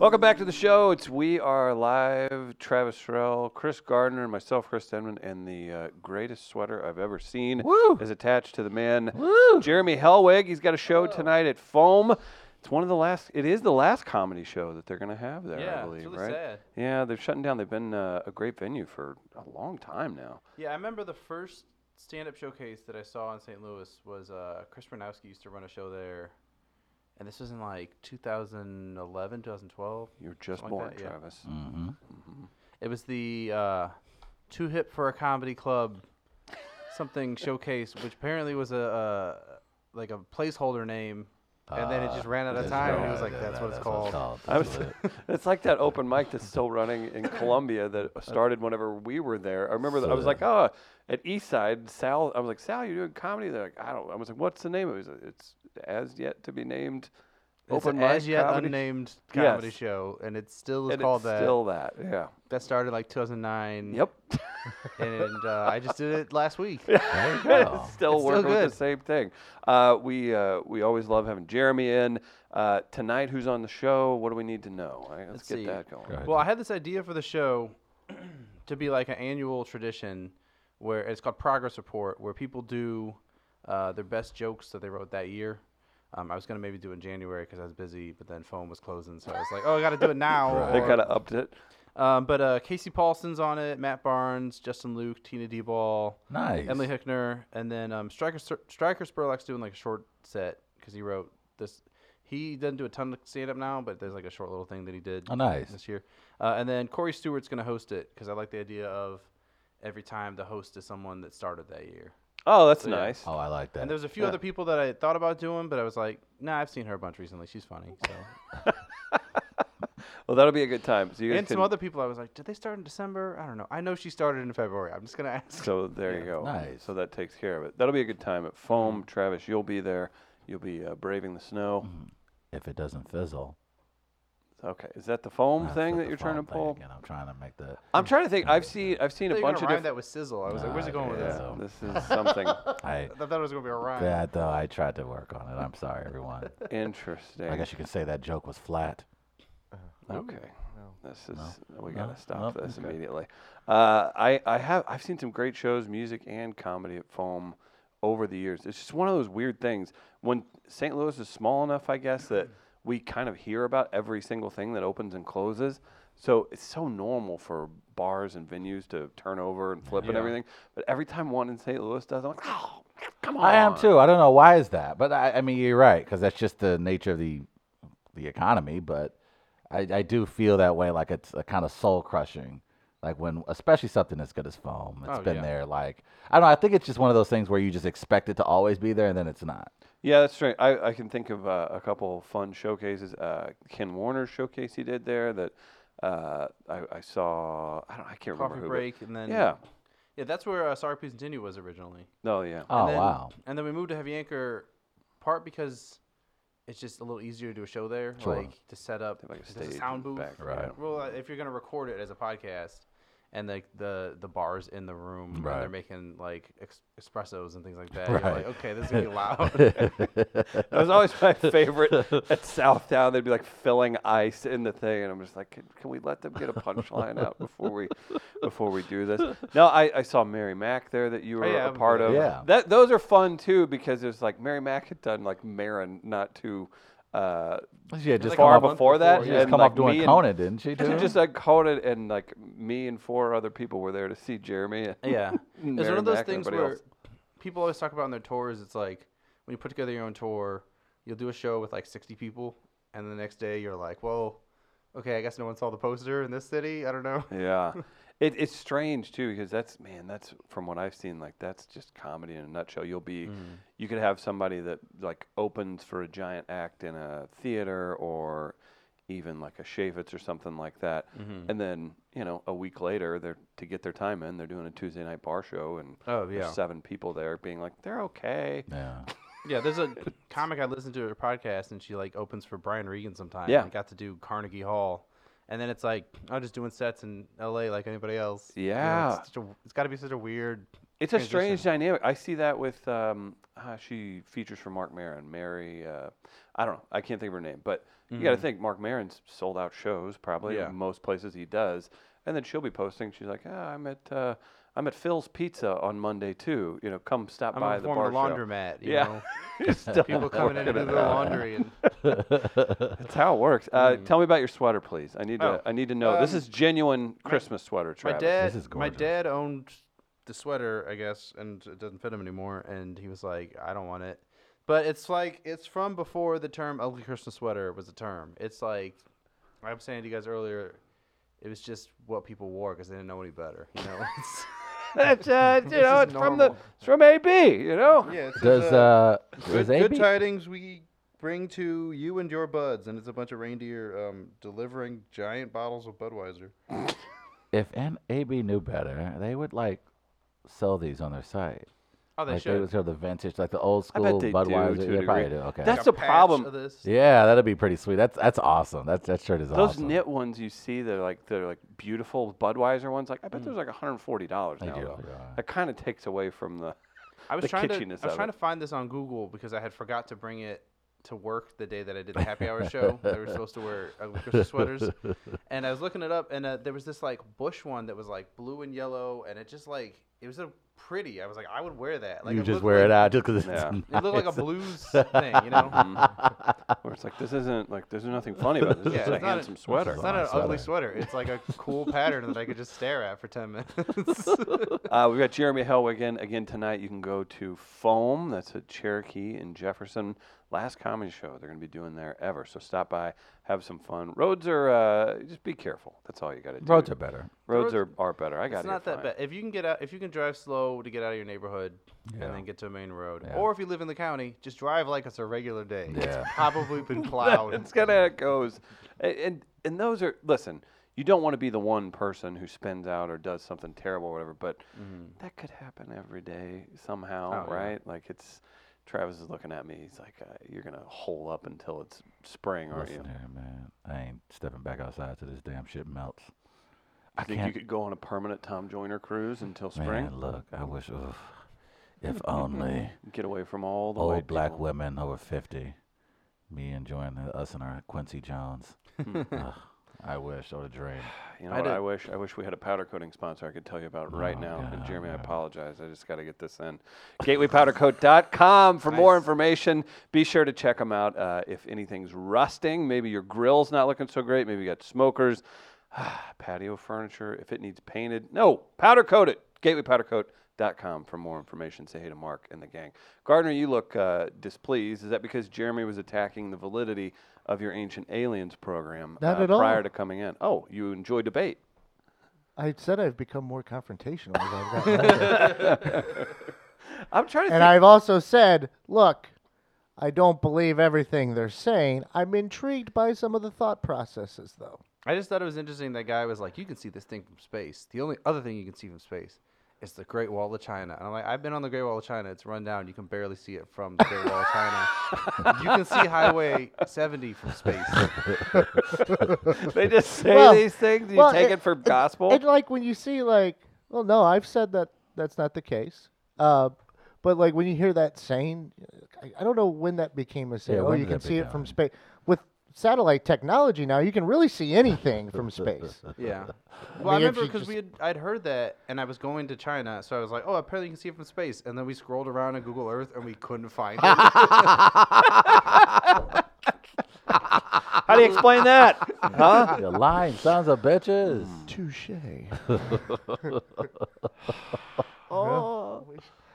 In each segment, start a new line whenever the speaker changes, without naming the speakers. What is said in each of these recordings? Welcome back to the show. It's We Are Live. Travis Shrell, Chris Gardner, myself, Chris Denman, and the uh, greatest sweater I've ever seen
Woo.
is attached to the man,
Woo.
Jeremy Hellwig. He's got a show tonight at Foam. It's one of the last. It is the last comedy show that they're going to have there.
Yeah,
I
it's
believe,
really
right?
sad.
Yeah, they're shutting down. They've been uh, a great venue for a long time now.
Yeah, I remember the first stand-up showcase that I saw in St. Louis was uh, Chris Bronowski used to run a show there, and this was in like 2011, 2012.
You're just
Something
born,
like that, yeah.
Travis.
It was the uh, Too Hip for a Comedy Club something showcase, which apparently was a uh, like a placeholder name, and then it just ran
Ah,
out of time. and it was like, that's what it's called.
I was, it's like that open mic that's still running in Columbia that started whenever we were there. I remember that I was like, oh, at Eastside, Sal. I was like, Sal, you're doing comedy. They're like, I don't. I was like, what's the name? of It He's like, it's as yet to be named.
It's
Open
an
mic
as yet
comedy sh-
unnamed comedy
Yes.
show, and it still is
and
called
it's
that. Mm.
Still that. Yeah.
that started like 2009.
Yep.
and uh, I just did it last week.
There you go.
still
Oh, It's still
working with
good.
the same thing. Uh, we uh, we always love having Jeremy in uh, tonight. Who's on the show? What do we need to know? All right, let's, get
see.
that going.
Go ahead.
Well, I had this idea for the show to be like an annual tradition where it's called Progress Report, where people do uh, their best jokes that they wrote that year. Um, I was gonna maybe do it in January because I was busy, but then phone was closing, so I was like, "Oh, I gotta do it now."
They
or-
kind of upped it.
um, but uh, Casey Paulson's on it, Matt Barnes, Justin Luke, Tina D. Ball,
Nice.
Emily Hickner, and then um, Striker Sur- Striker Spurlock's doing like a short set because he wrote this. He doesn't do a ton of stand up now, but there's like a short little thing that he did.
Oh, nice.
This year, uh, and then Corey Stewart's gonna host it because I like the idea of every time the host is someone that started that year.
Oh, that's
So, yeah.
nice.
Oh, I like that.
And there's a few other people that I thought about doing, but I was like, nah, I've seen her a bunch recently. She's funny. So.
Well, that'll be a good time. So you guys
and some
can-
other people I was like, did they start in December? I don't know. I know she started in February. I'm just gonna ask.
So there you go.
nice. Mm.
So that takes care of it. That'll be a good time at Foam. Travis, you'll be there. You'll be uh, braving the snow.
Mm. if it doesn't fizzle.
Okay, is that the foam
Mm. that's
thing
what
that
the
you're trying to
fun thing
pull?
Again, I'm trying to make the.
I'm trying to think. I've seen I've seen a
I thought you were
bunch of
gonna
different.
rhyme that with sizzle. I was like,
Nah,
where's it going with
yeah.
this?
though.
this is something
I
I thought it was gonna be a rhyme.
that though. I tried to work on it. I'm sorry, everyone.
interesting.
I guess you can say that joke was flat.
Okay. This is we
No.
gotta stop
Nope.
this immediately. Uh, I I have I've seen some great shows, music and comedy at Foam over the years. It's just one of those weird things. When St. Louis is small enough, I guess that we kind of hear about every single thing that opens and closes. So it's so normal for bars and venues to turn over and flip and
Yeah.
everything. But every time one in St. Louis does, I'm like, oh, come on.
I am too. I don't know why is that, but I, I mean you're right because that's just the nature of the the economy. But I, I do feel that way. Like it's a kind of soul crushing. Like when, especially something as good as foam, It's
Oh,
been
yeah.
there. Like I don't know. I think it's just one of those things where you just expect it to always be there, and then it's not.
Yeah, that's right. I, I can think of uh, a couple fun showcases. Uh, Ken Warner's showcase he did there that uh, I, I saw. I don't. I can't remember
Coffee
who. but-
break and then
Yeah.
yeah. That's where uh, Sorry Please Continue was originally.
No. Yeah.
Oh
and then,
wow.
And then we moved to Heavy Anchor, part because it's just a little easier to do a show there,
Sure.
like to set up
They have, like, a
there's
stage
sound
and
booth.
back-
Right.
Well, uh, if you're gonna record it as a podcast, and like the the bars in the room, and they're
Right.
making like ex- espressos and things like that. You're like,
Right.
okay, this is gonna be loud.
That was always my favorite at Southtown. They'd be like filling ice in the thing, and I'm just like, can, can we let them get a punchline out before we before we do this? No, I, I saw Mary Mack there that you were
Oh, yeah,
a part of.
Yeah.
That those are fun too because it's like Mary Mack had done like Marin not too. Uh,
Yeah, just
like
come
far
off
month
before that,
She
before,
just
and
come
like
off
me
doing
and-
Conan, didn't she?
She
Too?
just like called it, and like me and four other people were there to see Jeremy. and-
Yeah.
And
it's one
Mary
of those
Mac and
things
everybody
where
else.
people always talk about on their tours. It's like when you put together your own tour, you'll do a show with like 60 people, and the next day you're like, well, okay, I guess no one saw the poster in this city. I don't know.
Yeah. It, it's strange too because that's man that's from what I've seen like that's just comedy in a nutshell. You'll be
Mm.
you could have somebody that like opens for a giant act in a theater or even like a Shavitz or something like that,
Mm-hmm.
and then you know a week later they're to get their time in they're doing a Tuesday night bar show and
Oh,
there's
yeah.
seven people there being like they're okay
yeah.
Yeah, there's a comic I listened to her podcast, and she like opens for Brian Regan sometime.
Yeah.
and got to do Carnegie Hall, and then it's like I'm just doing sets in L.A. like anybody else. You know, it's
Yeah.
such a- it's got to be such a weird.
It's a strange dynamic. I see that with um, ah, she features for Mark Maron, Mary. Uh, I don't know. I can't think of her name, but You got to think Mark Maron's sold out shows probably
Mm-hmm. Yeah.
most places he does, and then she'll be posting. She's like, ah, I'm at uh, I'm at Phil's Pizza on Monday too. You know, come stop
I'm
by
a
the
former
bar show.
laundromat. You
Yeah.
know?
It's still
people coming in to do
working
the
it out.
laundry and
That's how it works. Uh, Tell me about your sweater, please. I need to.
Mm-hmm. Oh,
I need to know. this
um,
is genuine Christmas sweater,
my
Travis.
dad
This is
my
gorgeous.
dad owned the sweater i guess and it doesn't fit him anymore and he was like i don't want it but it's like it's from before the term ugly christmas sweater was a term it's like i was saying to you guys earlier it was just what people wore because they didn't know any better you know It's-
That's, uh, you know,
is
it's from the
normal.
it's from AB. You know.
yeah it's
Does uh,
good,
does
good
AB?
tidings we bring to you and your buds and it's a bunch of reindeer um, delivering giant bottles of budweiser
If N- AB knew better, they would like sell these on their site.
oh they
like they
should
would sell the vintage, like the old
I
school
bet they do
Budweiser.
to a
yeah,
degree.
probably do. Okay.
That's
Like
the
a patch
problem.
of this.
yeah, that'd be pretty sweet. That's that's awesome. That's that shirt is
Those
awesome.
knit ones you see, they're like they're like beautiful Budweiser ones. Like I bet there's like 140 dollars
They
now.
do,
though.
they are.
That kind of takes away from the.
I was
the
trying to
kitschiness
I was
of
trying
it.
to find this on Google because I had forgot to bring it to work the day that I did the happy hour show. they were supposed to wear ugly Christmas sweaters, and I was looking it up, and uh, there was this like bush one that was like blue and yellow, and it just like it was a pretty. I was like, I would wear that. Like
you just
looked
wear it
like-
out just because it's
Yeah. It
nice.
It looked like a blues thing, you know.
hmm, Where it's like this isn't like there's nothing funny about this.
Yeah,
it's just
it's
a
not
handsome
an-
sweater.
It's not an ugly sweater. It's like a cool pattern that I could just stare at for ten minutes.
Uh, we've got Jeremy Helwig in again tonight. You can go to Foam. That's at Cherokee in Jefferson. Last comedy show they're going to be doing there ever. So stop by, have some fun. Roads are uh, just be careful. That's all you got to do.
Roads are better.
roads are, are better. I got
it's not that bad. If you can get out, if you can drive slow to get out of your neighborhood
Yeah.
and then get to a main road,
Yeah.
or if you live in the county, just drive like it's a regular day.
Yeah.
It's probably been plowed.
That's kind of how it goes. A- And and those are listen. You don't want to be the one person who spins out or does something terrible or whatever, but
Mm-hmm.
that could happen every day somehow,
Oh, yeah.
right? Like it's Travis is looking at me. He's like, uh, "You're gonna hole up until it's spring, aren't
Listen
you?"
here, man. I ain't stepping back outside till this damn shit melts.
I think you
can't-
could go on a permanent Tom Joyner cruise until spring.
Man, look, I wish. Oof, if only
Get away from all the
old
white
black
people.
women over fifty, me enjoying the, us and our Quincy Jones.
Hmm.
Ugh, I wish. What a dream.
You know
I
what?
did-
I wish I wish we had a powder coating sponsor I could tell you about right
Oh,
now. and
God,
Jeremy, I
yeah.
apologize. I just got to get this in. GatewayPowderCoat.com for more
Nice.
information. Be sure to check them out. Uh, if anything's rusting, maybe your grill's not looking so great. Maybe you got smokers, Ah, patio furniture. If it needs painted, no, powder coat it. GatewayPowderCoat.com for more information. Say hey to Mark and the gang. Gardner, you look uh, displeased. Is that because Jeremy was attacking the validity of your Ancient Aliens program
Not
uh,
at all.
prior to coming in? Oh, you enjoy debate.
I said I've become more confrontational as I've gotten older.
I'm trying to
and
think.
I've also said, look, I don't believe everything they're saying. I'm intrigued by some of the thought processes, though.
I just thought it was interesting. That guy was like, "You can see this thing from space. The only other thing you can see from space is the Great Wall of China." And I'm like, "I've been on the Great Wall of China. It's run down. You can barely see it from the Great Wall of China. you can see Highway 70 from space."
they just say
Well,
these things. You
well,
take it, for gospel.
And like when you see like, well, no, I've said that that's not the case. Uh, but like when you hear that saying, I, I don't know when that became a saying.
Yeah,
oh,
when
you
did
can
that
see it
become?
from space with satellite technology now. You can really see anything from space.
Yeah. Well, I,
mean,
remember 'cause
if
remember
you
because
just-
we had I'd heard that, and I was going to China, so I was like, "Oh, apparently you can see it from space." And then we scrolled around on Google Earth, and we couldn't find it.
How do you explain that? huh? Hmm.
You lying sons of bitches.
Touche.
Oh,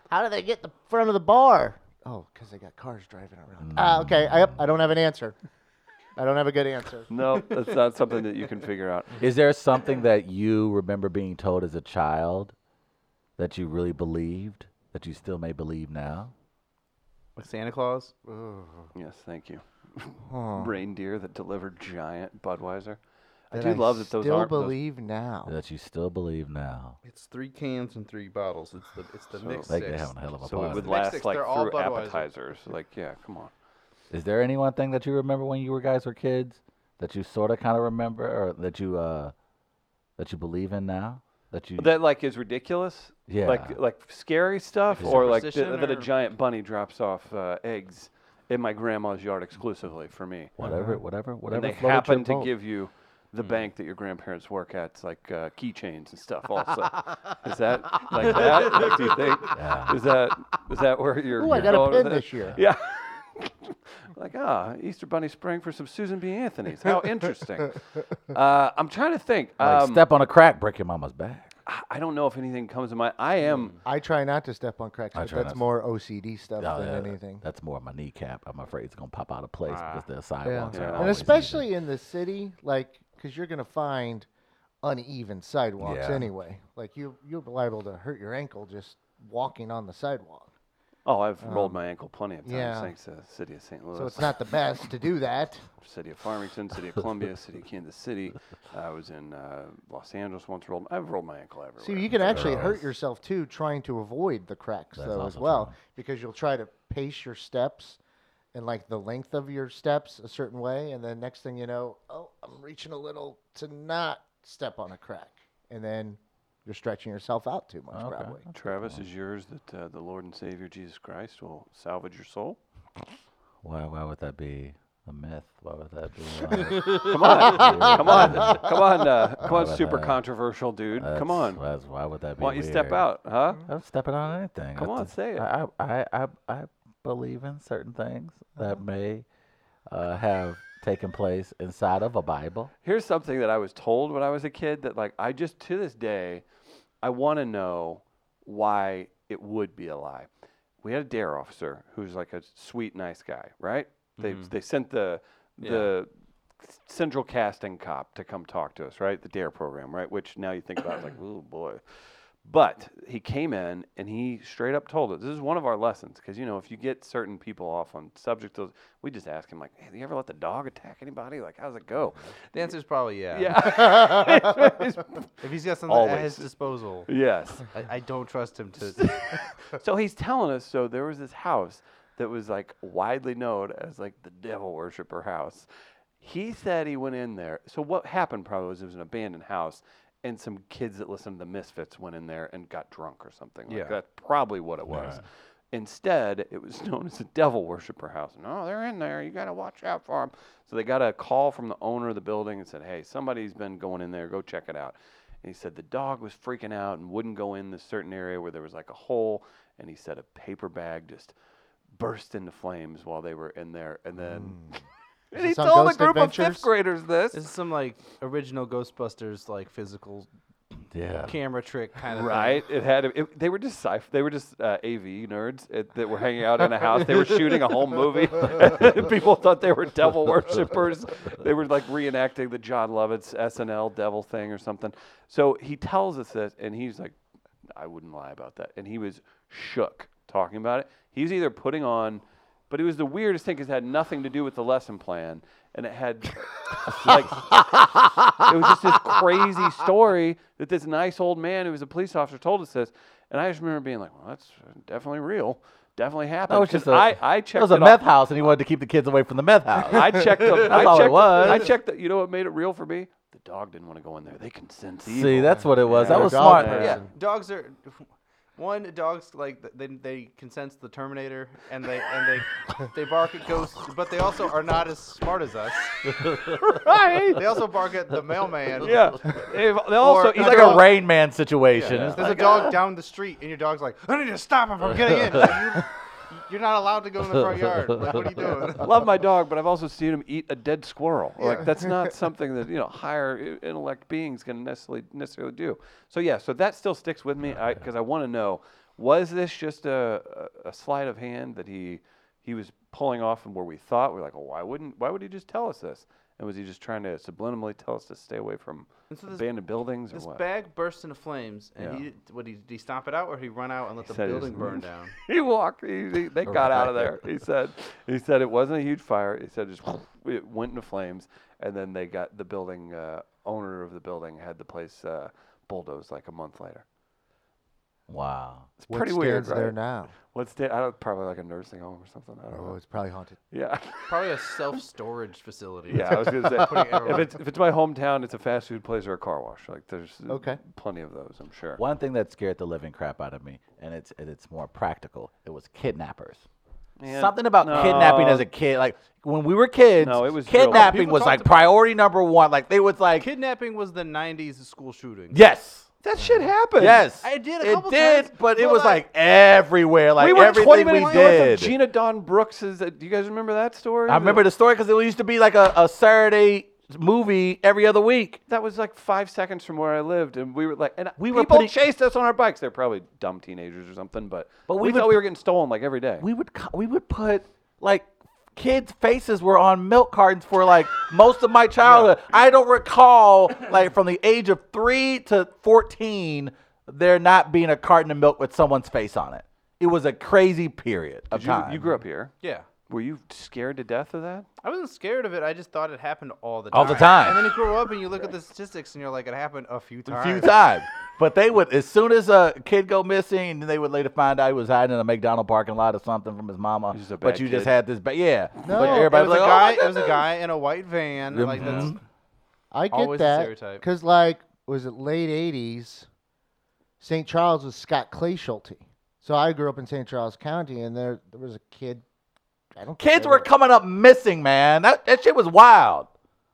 How do they get the front of the bar? Oh, because they got cars driving
Mm.
around. Ah, okay. I, I don't have an answer. I don't have a good answer.
No, that's not something that you can figure out.
Is there something that you remember being told as a child that you really believed that you still may believe now?
Like Santa Claus.
Yes, thank you. Reindeer that deliver giant Budweiser. I
That
do love that those
still
aren't. those-
believe now.
Oh.
That you still believe now?
It's three cans and three bottles. It's the it's the mix.
Like they having a hell of a
so it
party.
would
Mixed
last
six,
like
they're all
through
Budweiser.
appetizers. Like, yeah, come on.
Is there any one thing that you remember when you were guys were kids that you sort of kind of remember or that you uh that you believe in now? That you
Mm.
That like is ridiculous.
Yeah.
Like like scary stuff, or like th-
superstition
that a
or-
giant bunny drops off uh, eggs in my grandma's yard exclusively for me.
Whatever, whatever, whatever.
and they
floats your
happen to
boat. Hmm.
give you the bank that your grandparents work at. It's like uh, keychains and stuff. Also, is that like that? Like, do you think? Is that is that where you're?
Ooh, I got a
going with
pin
it?
this year.
Yeah. like ah, Easter Bunny sprang for some Susan B. Anthony's. How interesting. uh, I'm trying to think.
Like,
Um,
step on a crack, break your mama's back.
I- I don't know if anything comes to mind. I
Hmm.
am.
I try not to step on cracks,
I
but
try not
that's
to.
more OCD stuff
Oh,
than
yeah,
anything.
That's more my kneecap. I'm afraid it's gonna pop out of place
Ah.
because the
Yeah.
sidewalks
Yeah.
are
And
always
And
even.
especially in the city, like, because you're going to find uneven sidewalks
Yeah.
anyway. Like, you, you're liable to hurt your ankle just walking on the sidewalk.
Oh, I've rolled my ankle plenty of times.
Um, yeah.
Thanks to the city of St. Louis.
So it's not the best to do that.
City of Farmington, City of Columbia, City of Kansas City. I was in uh, Los Angeles once. Rolled. I've rolled my ankle everywhere.
See, you can actually hurt
Gross.
yourself too trying to avoid the cracks
That's
though as
also
well
true.
because you'll try to pace your steps and like the length of your steps a certain way and then next thing you know, oh, I'm reaching a little to not step on a crack. And then you're stretching yourself out too much
Okay.
probably.
Travis is yours that uh, the Lord and Savior Jesus Christ will salvage your soul.
Why? Why would that be a myth? Why would that be? like-
Come on, come on, come on, uh, come on,
about
super
that?
controversial dude. come
That's-
on, why
that's- why would that be?
don't you step
weird?
out, huh?
I'm stepping on anything.
Come
I
on,
just-
say it.
I, I, I, I believe in certain things that may uh, have taken place inside of a Bible.
Here's something that I was told when I was a kid that like I just to this day, I want to know why it would be a lie. We had a dare officer who's like a sweet, nice guy, right? They they sent the
Yeah.
the central casting cop to come talk to us, right? The dare program, right? Which now you think about, it's like, oh boy. But he came in and he straight up told us this is one of our lessons because you know if you get certain people off on subject, of- we just ask him like, "Hey, have you ever let the dog attack anybody? Like, how's it go?"
The answer's probably yeah.
Yeah.
If he's got something at his
Always.
disposal,
yes.
I, I don't trust him to.
So he's telling us. So there was this house that was like widely known as like the devil worshiper house. He said he went in there. So what happened probably was it was an abandoned house, and some kids that listened to the Misfits went in there and got drunk or something. Like
Yeah.
That's probably what it was. Instead, it was known as a devil worshiper house. No, they're in there. You got to watch out for them. So they got a call from the owner of the building and said, "Hey, somebody's been going in there. Go check it out." And he said the dog was freaking out and wouldn't go in this certain area where there was like a hole. And he said a paper bag just burst into flames while they were in there. And then
Hmm.
and he
this on
told a
Ghost
group of
Adventures?
fifth graders this.
This is some like original Ghostbusters like physical
Yeah.
camera trick kind of
Right. It had. It, they were just sci- They were just uh, AV nerds it, that were hanging out in a house. They were shooting a whole movie. People thought they were devil worshippers. They were like reenacting the John Lovitz SNL devil thing or something. So he tells us this, and he's like, "I wouldn't lie about that." And he was shook talking about it. He was either putting on, but it was the weirdest thing because it had nothing to do with the lesson plan, and it had like it was just this crazy story that this nice old man who was a police officer told us this, and I just remember being like, "Well, that's definitely real, definitely happened."
That was
'Cause
just a,
I I checked
It was a
it
meth
off.
house, and he wanted to keep the kids away from the meth house.
I checked the, I
all it
checked, I
was.
checked the, You know what made it real for me? The dog didn't want to go in there. They can sense evil.
See, that's what it was.
Yeah.
That was
Dog
smart.
man.
thing.
Yeah.
Yeah, dogs are. One dogs like th- they they can sense the Terminator and they and they they bark at ghosts, but they also are not as smart as us.
right.
They also bark at the mailman.
Yeah. They they also
Or-
eat
It's like
their-
a Rain Man situation.
There's
It's
a
like,
dog down the street, and your dog's like, "I need to stop him from getting in." Like, you, you're not allowed to go in the front yard. Like, what are you doing?
love my dog, but I've also seen him eat a dead squirrel. Like that's not something that you know higher i- intellect beings can necessarily necessarily do. So yeah, so that still sticks with me because I, want to know: was this just a, a, a sleight of hand that he he was pulling off from where we thought we are like, well, why wouldn't why would he just tell us this? And was he just trying to subliminally tell us to stay away from
And so this-
abandoned buildings or
This
what?
bag burst into flames, and
Yeah.
he what he did he stomp it out or did he run out and let the
said it was
building burn
moved.
down?
he walked. He, he- they got out of there. He said. He said it wasn't a huge fire. He said just it went into flames, and then they got the building uh, owner of the building had the place uh, bulldozed like a month later.
wow.
It's
What
pretty
stands
weird, right?
there now?
What's the, I don't probably like a nursing home or something. I don't
Oh,
know.
it's probably haunted.
Yeah,
Probably a self storage facility.
yeah. I was gonna say
everyone-
if it's if it's my hometown, it's a fast food place or a car wash. Like there's uh,
Okay.
plenty of those. I'm sure.
One thing that scared the living crap out of me, and it's and it's more practical. It was kidnappers.
Man,
Something about kidnapping
no.
as a kid, like when we were kids,
No, it was drilled.
kidnapping
People
was
talked
like
about it.
priority number one. Like they was like,
Kidnapping was the '90s school shooting.
yes,
That shit happened.
yes,
I did a
it
couple
did,
times,
but it
but,
was
like-
like everywhere, like
we were
everything
20 minutes
we
north of
did.
Gina Don Brooks's. uh, Do you guys remember that story?
I remember the story because it used to be like a, a Saturday movie every other week.
that was like five seconds from where I lived, and we were like, and
We
we
were
people
putting-
chased us on our bikes. They're probably dumb teenagers or something, but but
But we
we,
would-
thought we were getting stolen like every day.
We would co- we would put like kids' faces were on milk cartons for like most of my childhood. I don't recall like from the age of three to fourteen there not being a carton of milk with someone's face on it. It was a crazy period of
Did you,
time.
you grew up here.
Yeah.
Were you scared to death of that?
I wasn't scared of it. I just thought it happened all the time.
All the time.
And then you grow up and you look at the statistics and you're like, it happened a few
a
times.
few times. But they would, as soon as a kid go missing, they would later find out he was hiding in a McDonald parking lot or something from his mama.
He's just a
But
bad
you just
kid.
had this, ba- yeah.
No,
but
It was,
everybody
a
like,
guy,
oh my
it was a
goodness."
guy in a white van. Like that's
Mm-hmm.
I get
Always the
that
stereotype.
because, like, was it late '80s? St. Charles was Scott Clay Schulte, so I grew up in St. Charles County, and there there was a kid. I don't think
Kids
they
were coming up missing, man. That, that shit was wild.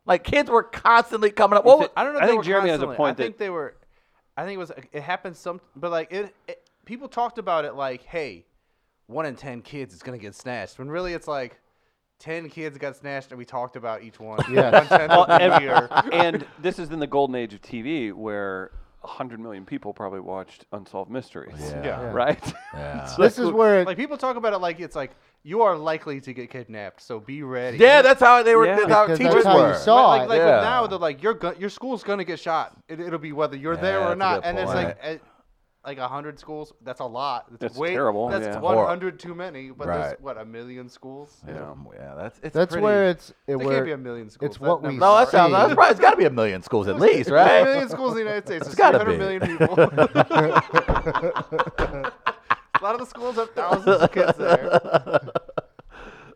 Like kids were constantly coming up. What was-
I don't know. If
I
they
think
were
Jeremy has a
constantly-
point
I
that-
think they were. I think it was. It happened some, but like it, it. People talked about it like, hey, one in ten kids is gonna get snatched. When really it's like, ten kids got snatched, and we talked about each one.
Yes.
One tenth of the
and,
year.
and this is in the golden age of TV where 100 million people probably watched Unsolved Mysteries.
Yeah.
Right?
Yeah.
This is where it,
Like people talk about it like it's like you are likely to get kidnapped, so be ready.
Yeah, that's how they were.
Yeah.
That's how
Because
teachers
that's how you
were.
saw-
Like, like, like
Yeah.
with now they're like your gu- your school's gonna get shot. It, it'll be whether you're there
Yeah,
or not.
that's a good
And it's
point.
like at, like hundred schools. That's a lot. That's,
That's
way,
terrible,
That's
yeah.
one hundred too many. But there's
Right.
what a million schools.
yeah, um, yeah, that's it's
that's
pretty-
where it's it
There
where
can't be a million schools.
it's what
That
we
number's
No,
not
that sounds.
Right.
That's probably it's got to be a million schools at least,
right. There's A
right?
million schools in the United States. It's
gotta
got
be.
people. a lot of the schools have thousands of kids there.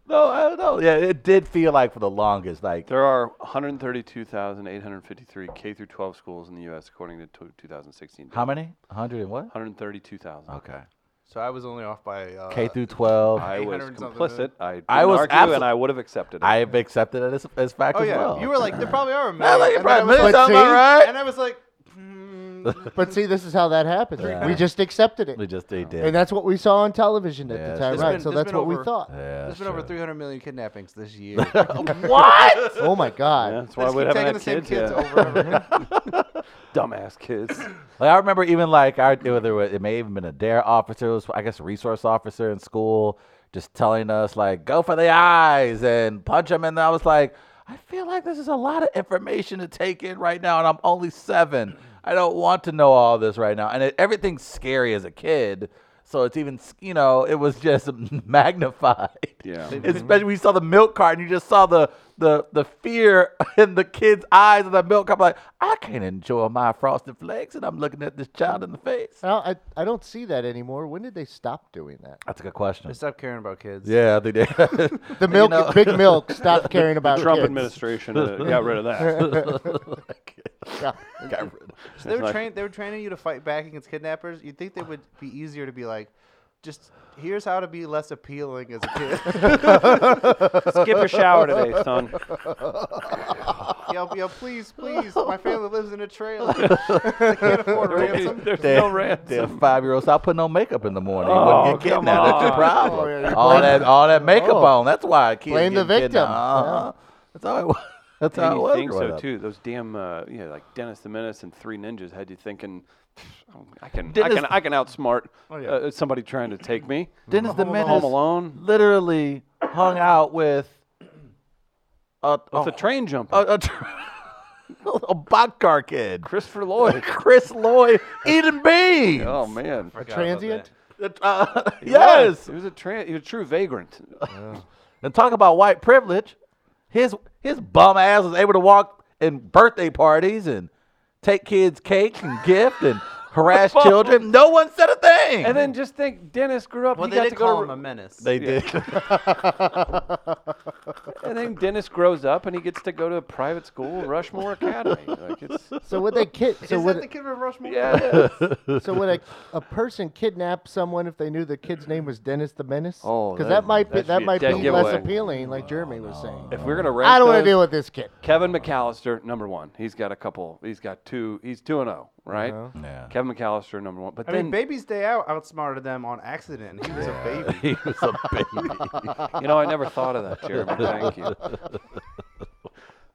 no, I don't know. Yeah, it did feel like for the longest, like
There are 132,853 K through 12 schools in the U.S. according to t- 2016.
how many? hundred and what?
132,000.
Okay,
So I was only off by uh,
K through twelve.
I was
800 something
complicit. I,
I was
was
abso-
argue, and I would have accepted it.
I have accepted it as, as fact
Oh
as
yeah,
well.
you were like there probably are a
I
million.
like it,
and, then I was
probably million
like,
sounds about
see?
right.
and I was like, hmm,
But see, this is how that happens.
Yeah.
We just accepted
We
it,
just they did.
and that's what we saw on television at
Yeah,
the
it's
time,
true.
right?
There's
so
been-
that's
there's been
what we
over-
thought.
yeah,
there's been over
sure.
300 million kidnappings this year.
What?
Oh my God!
Yeah, that's
They
why
just
we
keep
haven't
taking
had
the same
kids, yet.
kids over and over again.
Dumbass kids.
Like I remember even like our it, there was, it may have even been a dare officer, it was, I guess a resource officer in school, just telling us like go for the eyes and punch them, and I was like, I feel like this is a lot of information to take in right now, and I'm only seven. I don't want to know all this right now, and it, everything's scary as a kid. So it's even, s- you know, it was just magnified.
Yeah.
Especially when you saw the milk carton, you just saw the the the fear in the kid's eyes of the milk carton. Like, I can't enjoy my frosted flakes, and I'm looking at this child in the face.
Now, I I don't see that anymore. When did they stop doing that?
That's a good question.
They stopped caring about kids.
Yeah, I think they.
The milk,
know-
big milk, stopped caring about
Trump
kids.
administration uh, got rid of that.
Yeah.
Got rid of-
So they
It's
were
like-
trained. They were training you to fight back against kidnappers. You'd think they would be easier to be like, just here's how to be less appealing as a kid.
Skip your shower today, son.
yo, yo, please, please, my family lives in a trailer. I can't afford ransom.
There's
They-
no
They're
ransom.
five year olds. I put no makeup in the morning. You
Oh,
wouldn't get
come
kidnapped. That's the
on.
problem.
Oh, yeah, you
all
blame
that
the-
all that makeup
Oh.
on. That's why kids
Blame the
get kidnapped.
victim.
Uh-huh. That's how it was. That's how
And
it
you
was.
think
growing
so
up.
too? Those damn, uh, yeah, like Dennis the Menace and Three Ninjas had you thinking, I can,
Dennis-
I can, I can outsmart
yeah.
uh, somebody trying to take me.
Dennis the Menace
Home Alone.
literally hung out with a
With the
a,
train jumper,
a, a, tr- a boxcar kid,
Christopher Lloyd.
Chris Lloyd, eating beans.
oh man,
A transient.
Uh,
Yes,
yes,
he was a tran- he was a true vagrant.
and talk about white privilege. His his bum ass was able to walk in birthday parties and take kids' cake and gift and harass children. No one said a thing.
And then just think, Dennis grew up.
Well,
he
they
got
did
to
call
go
him
to,
a menace.
they did.
And then Dennis grows up and he gets to go to a private school, Rushmore Academy. Like it's
So would they kid? So
Is
would
that the kid from Rushmore?
yeah.
so would a, a person kidnap someone if they knew the kid's name was Dennis the Menace?
Oh,
because
that-
that might be
that should
that
be a
might be
dead
less
giveaway.
appealing, like Jeremy was saying.
If we're gonna rank,
I don't want
those,
to deal with this kid.
Kevin McAllister, number one. He's got a couple. He's got two. He's two and zero, right?
Uh-huh.
Yeah.
Kevin McAllister, number one. But
I
then
mean, Baby's Day Out outsmarted them on accident. He was a baby.
he was a baby.
you know, I never thought of that, Jeremy. Thank you.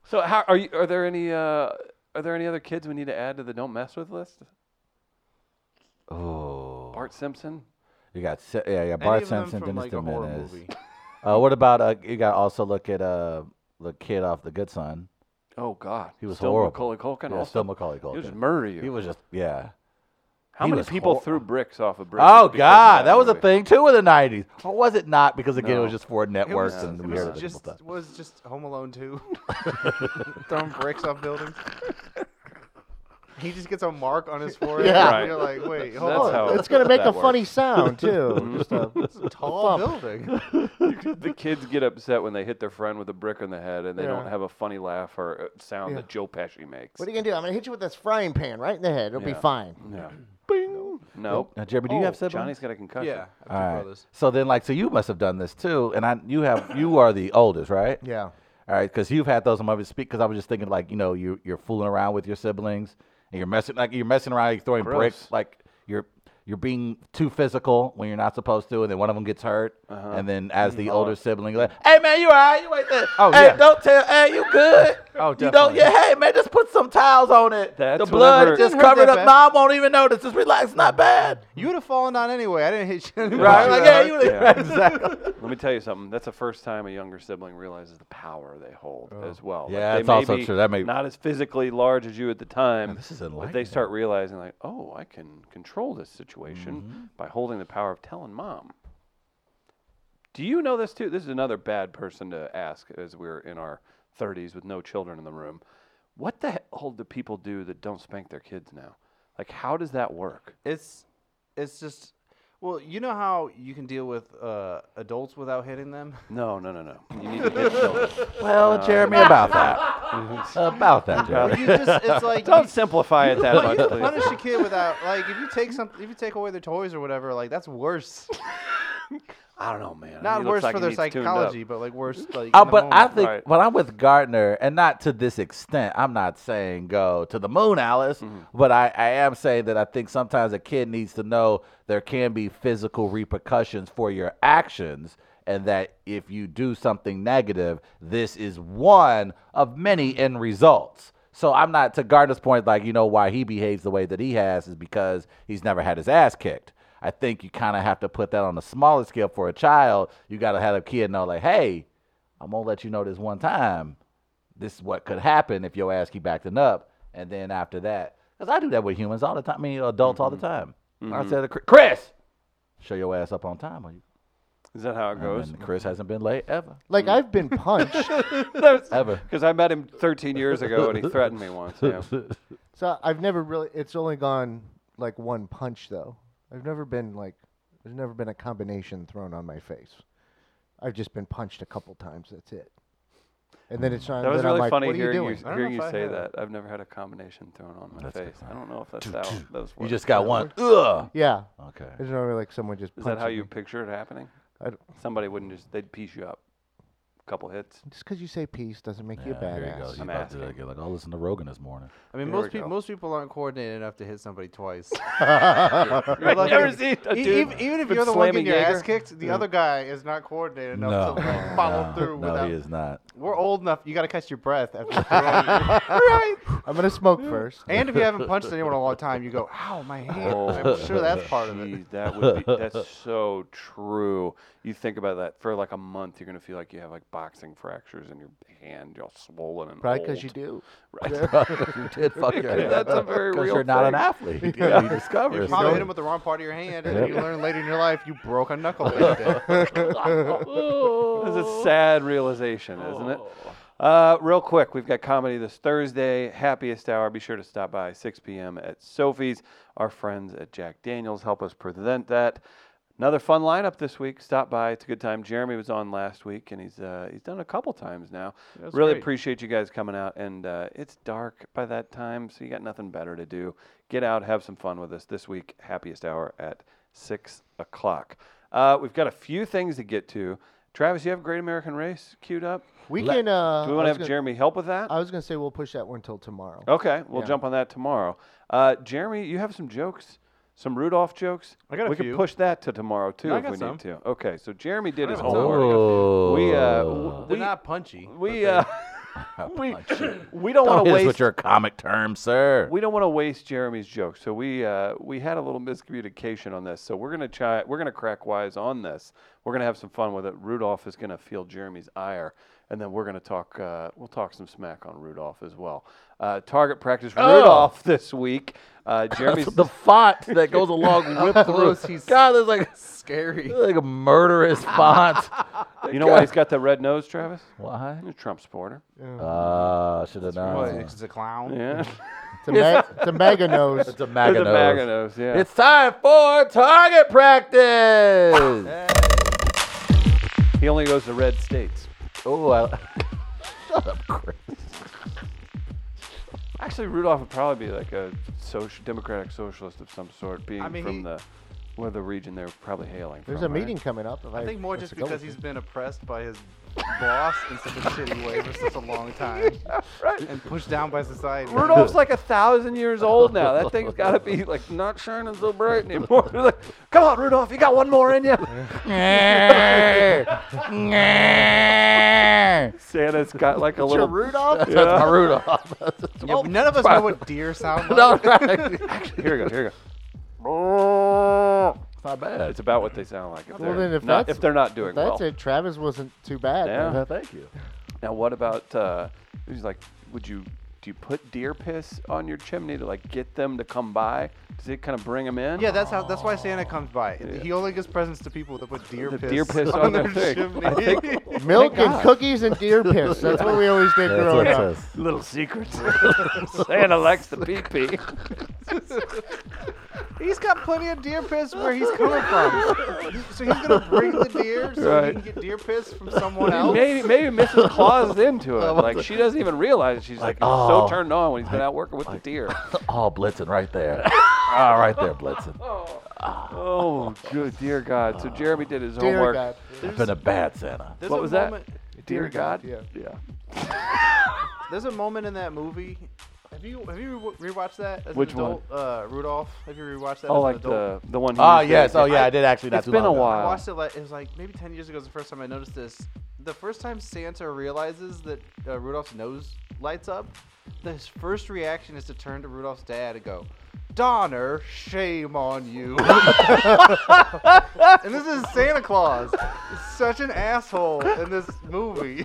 So, how are you? Are there any? Uh, are there any other kids we need to add to the don't mess with list?
oh,
Bart Simpson.
you got Se- yeah, yeah.
Any
Bart
of them
Simpson,
from
Dennis
like
the
a horror
Menace.
movie.
Uh, what about uh, you got also look at uh the kid off The Good Son?
Oh God,
He was
still
horrible.
Macaulay Culkin.
Yeah,
also,
still Macaulay
he would just
Culkin.
murder you.
He was just yeah.
how
he
many
was
people
hor-
threw bricks off of bridges?
Oh
because of
God, that was a
movie?
thing too in the '90s. Or was it not? Because again, it was
No.
just for
It
networks
was,
and
it
we
was
heard it a
just
couple times.
was just Home Alone two, throwing bricks off buildings. He just gets a mark on his forehead.
Yeah.
and You're like, wait, hold
That's
on.
how-
Oh, it's gonna make a
that works. Mhm.
funny sound too. Just a
Tall
thump.
building.
the kids get upset when they hit their friend with a brick on the head, and they don't
Yeah.
have a funny laugh or a sound
Yeah.
that Joe Pesci makes.
What are you gonna do? I'm gonna hit you with this frying pan right in the head. It'll be
Yeah.
fine.
no. Bing. No.
Now, Jeremy, do you
Oh,
have siblings?
Johnny's got a concussion.
Yeah, I have two
All right.
brothers.
So then, like, so you must have done this too, and I, you have, you are the oldest, right?
Yeah.
All right, because you've had those. I'm to speak because I was just thinking, like, you know, you you're fooling around with your siblings, and you're messing, like, you're messing around, you're throwing bricks,
Gross.
like, you're you're being too physical when you're not supposed to, and then one of them gets hurt, and then as the older sibling, like, hey man, you all right? You ain't that?
Oh,
hey,
yeah.
don't tell. Hey, you good?
Oh,
You don't?
definitely.
Yeah, hey man, just put some towels on it. the
That's
blood
whenever-
just
Didn't hurt
covered
that
up.
bad.
Mom won't even notice. Just relax. It's not bad.
You would have fallen down anyway. I didn't hit you. Anyway.
Right? Like, yeah,
Hurt.
you would
Yeah.
right, exactly.
Let me tell you something. That's the first time a younger sibling realizes the power they hold as well.
Oh. Yeah,
they
that's
may
also
be
true. That may-
not as physically large as you at the time.
this is
but
enlightening.
they start realizing, like, oh, I can control this situation
Mm-hmm.
by holding the power of telling mom. Do you know this too? This is another bad person to ask as we're in our 30s with no children in the room. What the hell do people do that don't spank their kids now? Like, how does that work?
It's it's just well, you know how you can deal with uh, adults without hitting them.
No, no, no, no. You need to get children.
Well, Jeremy, about that. about that, Jeremy.
You just it's like
Don't simplify it that
Well,
much,
you
please.
can punish a kid without like if you take something if you take away their toys or whatever like that's worse
I don't know, man.
not
He looks
worse
like
for
he
their
needs tuned up.
psychology but like worse like
Uh,
in the
but I
moment.
think
Right.
when I'm with Gardner, and not to this extent, I'm not saying go to the moon, Alice, but I, I am saying that I think sometimes a kid needs to know there can be physical repercussions for your actions, and that if you do something negative, this is one of many end results. So I'm not to Gardner's point, like, you know, why he behaves the way that he has is because he's never had his ass kicked. I think you kind of have to put that on a smaller scale for a child. You got to have a kid know, like, hey, I'm gonna let you know this one time. This is what could happen if your ass keep acting up, and then after that, because I do that with humans all the time. I mean, adults all the
Mm-hmm.
time. I said, to Chris- Chris, show your ass up on time, or you.
Is that how it goes?
And Chris hasn't been late ever,
Like I've been punched.
ever.
Because I met him 13 years ago and he threatened me once. Yeah.
So I've never really. It's only gone like one punch though. I've never been like. There's never been a combination thrown on my face. I've just been punched a couple times. That's it. And then it's not.
That was
then I'm
really
like,
funny
what are
hearing
you
you,
doing?
I don't
hearing
know
you
if I
say
have.
that. I've never had a combination thrown on my face. I don't know if that's how those
You
work.
just got one. Ugh.
Yeah.
Okay.
It's normally like someone just.
Is that how
punching
you
me.
picture it happening?
I don't-
Somebody wouldn't just they'd piece you up. Couple hits.
Just because you say peace doesn't make you a
Yeah, Here you go.
badass.
You
I'm
about to do that
asking.
again. Like, I'll listen to Rogan this morning.
I mean
Here
most
we go.
people most people aren't coordinated enough to hit somebody twice
I've
lucky-
never seen a
E-
dude.
even, even if
with
you're the one
slamming
getting your ass
Jaeger.
kicked the other guy is not coordinated enough
No,
to like, follow
no,
through
no,
without
he is not.
we're old enough you got to catch your breath after throwing you.
I'm gonna smoke first.
and if you haven't punched anyone in a long time you go ow my hand I'm sure that's part of it
Oh, Jeez, that would be that's so true. You think about that for like a month, you're gonna feel like you have like boxing fractures in your hand, you're all swollen and
Probably because you
old.
do.
Right.
you did fuck your head
That's a
up
very
'cause
real
You're not an
thing.
athlete. You discover.
You
it.
probably hit him with the wrong part of your hand, and then you learn later in your life you broke a knuckle. that day.
This
Oh.
is a sad realization, isn't it? Uh, real quick, we've got comedy this Thursday, happiest hour. Be sure to stop by 6 p.m. at Sophie's. Our friends at Jack Daniels help us prevent that. Another fun lineup this week. Stop by. It's a good time. Jeremy was on last week, and he's uh, he's done a couple times now.
That's
really
great.
appreciate you guys coming out. And uh, it's dark by that time, so you got nothing better to do. Get out, have some fun with us this week. Happiest hour at six o'clock. Uh, we've got a few things to get to. Travis, you have Great American Race queued up.
We
Let-
can. Uh,
Do we want to
I was
have
gonna-
Jeremy Oh, help with that?
I was gonna say we'll push that one till tomorrow.
Okay, we'll
Yeah.
jump on that tomorrow. Uh, Jeremy, you have some jokes, some Rudolph jokes.
I got a
we
few.
could push that to tomorrow too
I
if
got
we
some.
need to. Okay, so Jeremy did his
got some.
homework. We uh, w-
Oh.
They're
we
not punchy. but
we
they-
uh, we, we don't want
Don't
to
hit us Oh, with
waste
your comic term, sir.
we don't want to waste Jeremy's jokes. So we uh, we had a little miscommunication on this. So we're gonna try we're gonna crack wise on this. We're gonna have some fun with it. Rudolph is gonna feel Jeremy's ire, and then we're gonna talk uh, we'll talk some smack on Rudolph as well. Uh, target practice Rudolph this week. Uh, Jeremy's
Oh! the font that goes along with the
close he's-
roof. God, there's like
scary.
like a murderous font.
you know why he's got the red nose, Travis?
Why?
He's a Trump supporter.
Uh, should have
What,
known.
it's a clown.
Yeah,
It's a, mag- it's a mega nose.
It's a
he's
MAGA
a bag of
nose.
nose. Yeah.
It's time for target practice.
he only goes to red states.
oh, I, shut up, Chris.
Actually, Rudolph would probably be like a social, democratic socialist of some sort, being
I mean,
from
he-
the whether region they're probably hailing
There's a
from. right?
meeting coming up. if
I think more
was
just
to go
because
with
he's
it.
been oppressed by his boss in such a shitty way for such a long time, and pushed down by society.
Rudolph's like a thousand years old now. That thing's got to be like not shining so bright anymore. like, come on, Rudolph, you got one more in you.
That's
Santa's got like a
Sir
little.
Rudolph.
my Rudolph.
Yeah, but none of us know what deer sound like.
no, right.
Here you go. Here you go.
It's not bad.
It's about what they sound like. If
Well,
they're,
then if
not,
that's-
if they're not doing
That's
well.
it. Travis wasn't too bad.
Yeah.
man.
Uh, thank you.
Now, what about? Uh, he's like, would you do you put deer piss on your chimney to like get them to come by? Does it kind of bring them in?
Yeah, that's how. That's why Santa comes by. He only gives presents to people that put deer
The
piss,
deer piss on
on their
their thing.
chimney.
I
Milk and cookies and deer piss. That's what we always did
That's
growing
what it
up.
says.
Little secrets. Santa likes the pee pee.
he's got plenty of deer piss where he's coming from. So he's gonna bring the deer so he
Right.
can get deer piss from someone else.
Maybe maybe Mrs. Claus is into it. Like she doesn't even realize it. she's like,
Like,
he's
oh,
so turned on when he's been out working with the deer.
Oh, Blitzen right there. Ah, right there, Blitzen.
Oh, good dear God. So Jeremy did his
Dear
homework.
God.
I've been a bad Santa.
There's
What
a
was that?
moment,
Dear God.
Yeah.
Yeah.
There's a moment in that movie. Have you have you re- rewatched that? As
Which
an adult? one? Uh, Rudolph. Have you rewatched that?
Oh,
as
like
an adult?
the the one. he
Oh,
used to-
yes. Oh, yeah. I did actually. Not
It's
too
been
long
a
ago.
while.
I
Wow.
watched it like it was like maybe ten years ago. Is the first time I noticed this. The first time Santa realizes that uh, Rudolph's nose lights up, his first reaction is to turn to Rudolph's dad and go, "Donner, shame on you." and this is Santa Claus, such an asshole in this movie.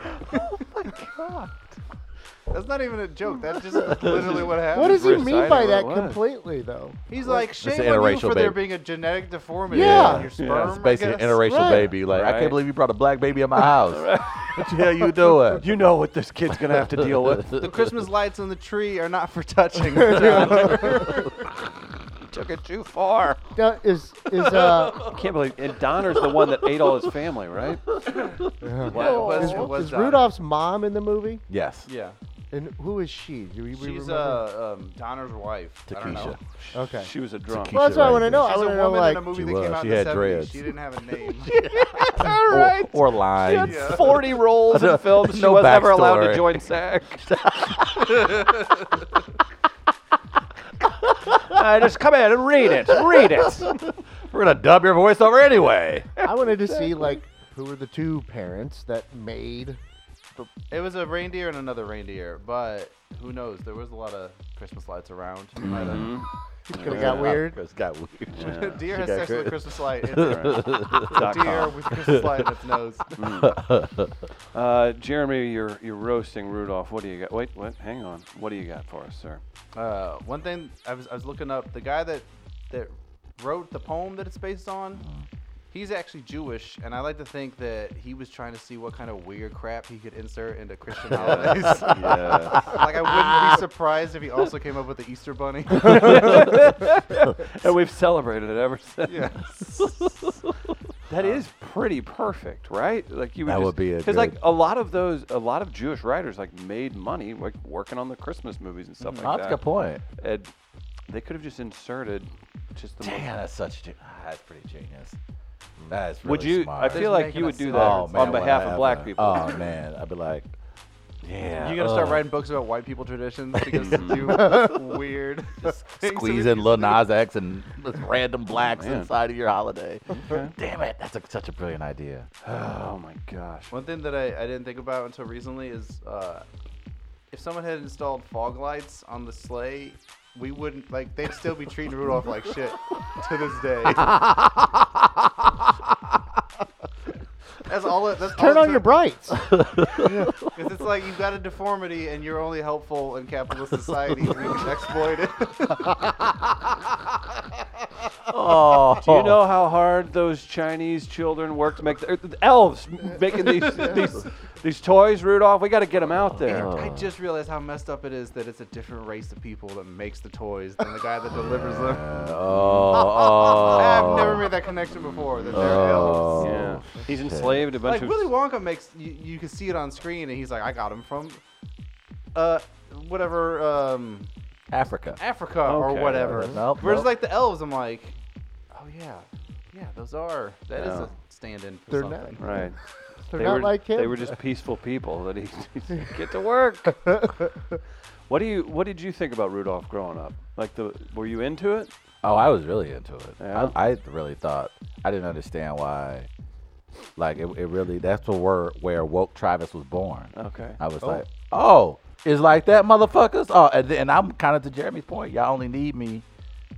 That's not even a joke. That's just literally what happened.
What does he
Reciting
mean by
what
that
it was.
completely, though?
He's like, shame on
an
you for
interracial
there
babe.
being a genetic deformity
Yeah.
in
Yeah.
your sperm.
It's
I
It's basically an
guess.
interracial
Right.
baby. Like,
Oh
I
Right.
can't believe you brought a black baby in my house. what the hell you doing?
You know what this kid's gonna have to deal with.
The Christmas lights on the tree are not for touching. John. Took it too far.
Now, is is uh
I can't believe and Donner's the one that ate all his family, right?
Well, it was-
is,
it was
is
uh,
Donna.
Rudolph's mom in the movie?
Yes.
Yeah,
And who is she? Do we, we
she's
remember?
uh, um, Donner's wife. I don't know.
Takesha.
okay.
uh, She was a drunk.
Well, that's what I want to know. I
She's a
want to
woman
know, like,
in a movie
She
that
was.
came out
She
in the
had
70s.
dreads.
She didn't have a name.
Or, or lines.
Yeah.
Forty roles in films. She
No
was never allowed to
backstory.
join SAG. just come in and read it. Read it.
We're going to dub your voice over anyway.
I wanted to see like who were the two parents that made.
it was a reindeer and another reindeer, but who knows? There was a lot of Christmas lights around. by then.
Could have got weird.
It's got weird.
A deer has
got
sex with a
crit-
Christmas light. It's a
Dot
deer
com.
with Christmas light in its nose.
Uh, Jeremy, you're you're roasting Rudolph. What do you got? Wait, what? Hang on. What do you got for us, sir?
Uh, one thing I was, I was looking up the guy that that wrote the poem that it's based on. He's actually Jewish, and I like to think that he was trying to see what kind of weird crap he could insert into Christian holidays.
Yeah.
like I wouldn't be surprised if he also came up with the Easter Bunny.
and we've celebrated it ever since.
yes.
That is pretty perfect, right? Like you would
Uh, That
just,
would be a
because like
good-
a lot of those, a lot of Jewish writers like made money like working on the Christmas movies and stuff
Oh,
like
that's a
that.
good point.
And they could have just inserted just the.
Damn, that's such. Ge- ah, that's pretty genius. That is really
Would you?
Smart.
I feel
Just
like
making
you
a
would do that
small
oh, man,
on behalf
whatever.
of black people.
Oh man, I'd be like, yeah.
You're gonna start
ugh.
writing books about white people traditions because you weird.
squeezing Lil Nas X and random blacks
man.
inside of your holiday. Damn it, that's a, such a brilliant idea.
Oh my gosh.
One thing that I, I didn't think about until recently is uh, if someone had installed fog lights on the sleigh, we wouldn't like they'd still be treating Rudolph like shit to this day. that's all. It, that's
Turn
all it
on your
took,
brights.
'cause it's like you've got a deformity and you're only helpful in capitalist society. when you can exploit it.
Oh,
Do you know how hard those Chinese children work to make the, er, the elves m- making these these these toys, Rudolph? We got to get them out there.
Oh,
I just realized how messed up it is that it's a different race of people that makes the toys than the guy that delivers them.
Oh, oh.
I've never made that connection before. That they're elves.
Oh.
yeah, he's enslaved a bunch
like
of.
Willy Wonka makes you, you can see it on screen, and he's like, I got him from, uh, whatever, um,
Africa.
Africa
Okay.
or whatever.
Nope,
Whereas
nope.
like the elves, I'm like, oh yeah, yeah, those are that is
Yeah.
a stand-in for
They're
something.
right.
They're
They
not
were,
like him.
They were just peaceful people that he he said, get to work. what do you What did you think about Rudolph growing up? Like the Were you into it?
Oh, I was really into it.
Yeah?
I, I really thought I didn't understand why. Like it, it really that's the word where woke Travis was born.
Okay.
I was like, oh, it's like that, motherfuckers. Oh, and, then, and I'm kind of to Jeremy's point. Y'all only need me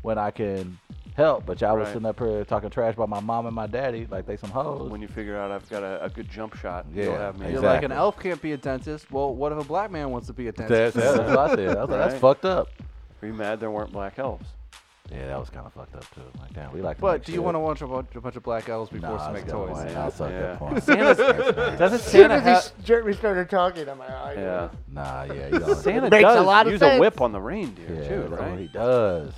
when I can help, but y'all was
Right.
sitting up here talking trash about my mom and my daddy like they some hoes.
When you figure out I've got a, a good jump shot, you'll
Yeah,
have me.
exactly.
You're like an elf can't be a dentist. Well, what if a black man wants to be a
that's,
dentist?
that's what I said. I was like, that's
Right.
fucked up.
Were you mad there weren't black elves?
Yeah, that was kind of fucked up too. Like, damn, we like. to
But
make
do you
shit.
want to watch a bunch, a bunch of black elves be
Nah,
forced to
that's
make
a good
toys?
point.
Yeah.
That's a
Yeah.
good point.
Doesn't
As soon
Santa
as he,
have?
s- Jeremy started talking, I'm like, "Oh, all right.
Yeah.
Nah, yeah, you don't.
Santa
Makes a
does
lot of
use a
sense.
whip on the reindeer
yeah,
too,
that's what
right?
he does.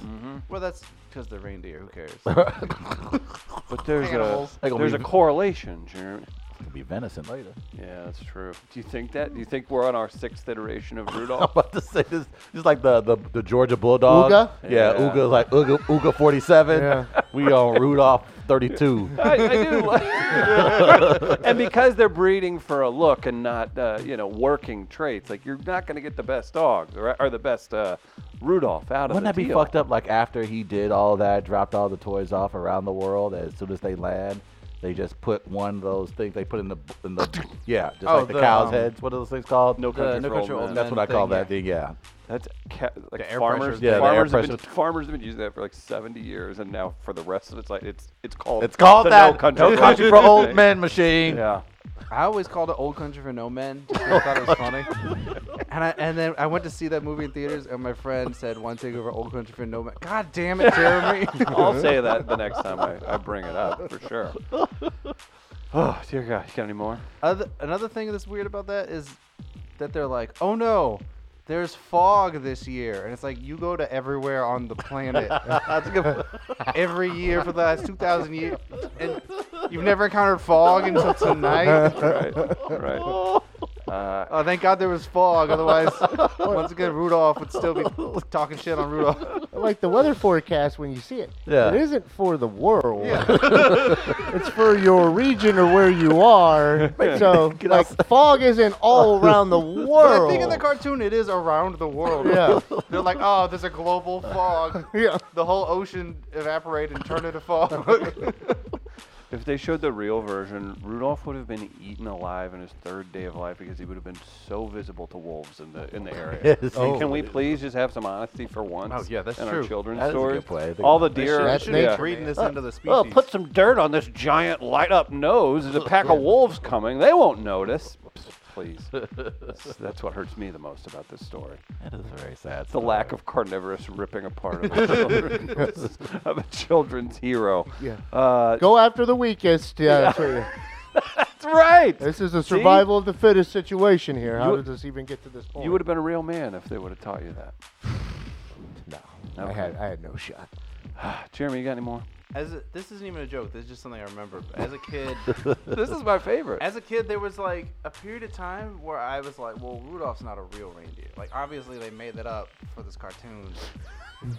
Well, that's because they're reindeer. Who cares?
But there's
Animals.
a
They gonna
there's
be-
a correlation, Jeremy.
It'll be venison later.
Yeah, that's true. Do you think that? Do you think we're on our sixth iteration of
I'm
Rudolph?
about to say this. Just like the the, the Georgia Bulldog.
Ooga?
Yeah,
Yeah.
Ooga like Ooga Ooga 47.
Yeah.
We on Rudolph 32.
I, I do. like- and because they're breeding for a look and not, uh, you know, working traits, like you're not going to get the best dogs or, or the best uh, Rudolph out of
Wouldn't that
the
be
deal.
fucked up? Like after he did all that, dropped all the toys off around the world. As soon as they land, they just put one of those things they put in the in the yeah, just
Oh,
like the,
the,
cows'
um,
heads. What are those things called?
No country,
No
for
Country for
old
Old
men.
That's what I
thing,
call that
yeah.
thing. Yeah.
That's ca- like
The air
farmers.
pressure Yeah,
the
farmers,
air
have been,
pressure.
farmers have been using that for like 70 years, and now for the rest of it's like it's it's called
It's called
the
that.
No country, for
for
Old
old
Men.
men machine.
Yeah.
I always called it Old Country for No Men. just 'cause I thought it was funny. And I and then I went to see that movie in theaters, and my friend said one take over Old Country for No Men. God damn it, Jeremy!
I'll say that the next time I, I bring it up for sure. Oh dear God, you got any more?
Other, another thing that's weird about that is that they're like, oh no, there's fog this year, and it's like you go to everywhere on the planet. that's good. Every year for the last two thousand years, and you've never encountered fog until tonight.
Right, right. Uh,
Oh, thank God there was fog. Otherwise, once again, Rudolph would still be talking shit on Rudolph.
Like the weather forecast when you see it.
Yeah.
It isn't for the world. it's for your region or where you are. So like, fog isn't all around the
But I
world.
think in the cartoon it is around the world.
Yeah.
They're like, oh, there's a global fog.
yeah.
The whole ocean evaporated and turned into fog.
If they showed the real version, Rudolph would have been eaten alive in his third day of life because he would have been so visible to wolves in the in the area.
Yes.
I mean, Can we please just have some honesty for once?
Oh, yeah, that's
in Our
true.
children's
That is a
stories,
good point. I think
all the
that's-
deer.
That's
yeah.
nature.
Reading this into the species.
Oh, put some dirt on this giant light up nose. There's a pack of wolves coming. They won't notice. Psst, Please. That's- That's what hurts me the most about this story.
That is a very sad.
The lack of carnivorous ripping apart of a children's, of a children's hero.
Yeah.
Uh,
Go after the weakest. Yeah, that's what you-
that's right.
This is a
See?
survival of the fittest situation here. How
You-
did this even get to this point?
You would have been a real man if they would have taught you that.
No, I had I had no shot.
Jeremy, you got any more?
as a, this isn't even a joke. This is just something I remember. But as a kid,
this is my favorite.
as a kid, there was like a period of time where I was like, "Well, Rudolph's not a real reindeer." Like, obviously, they made that up for this cartoon.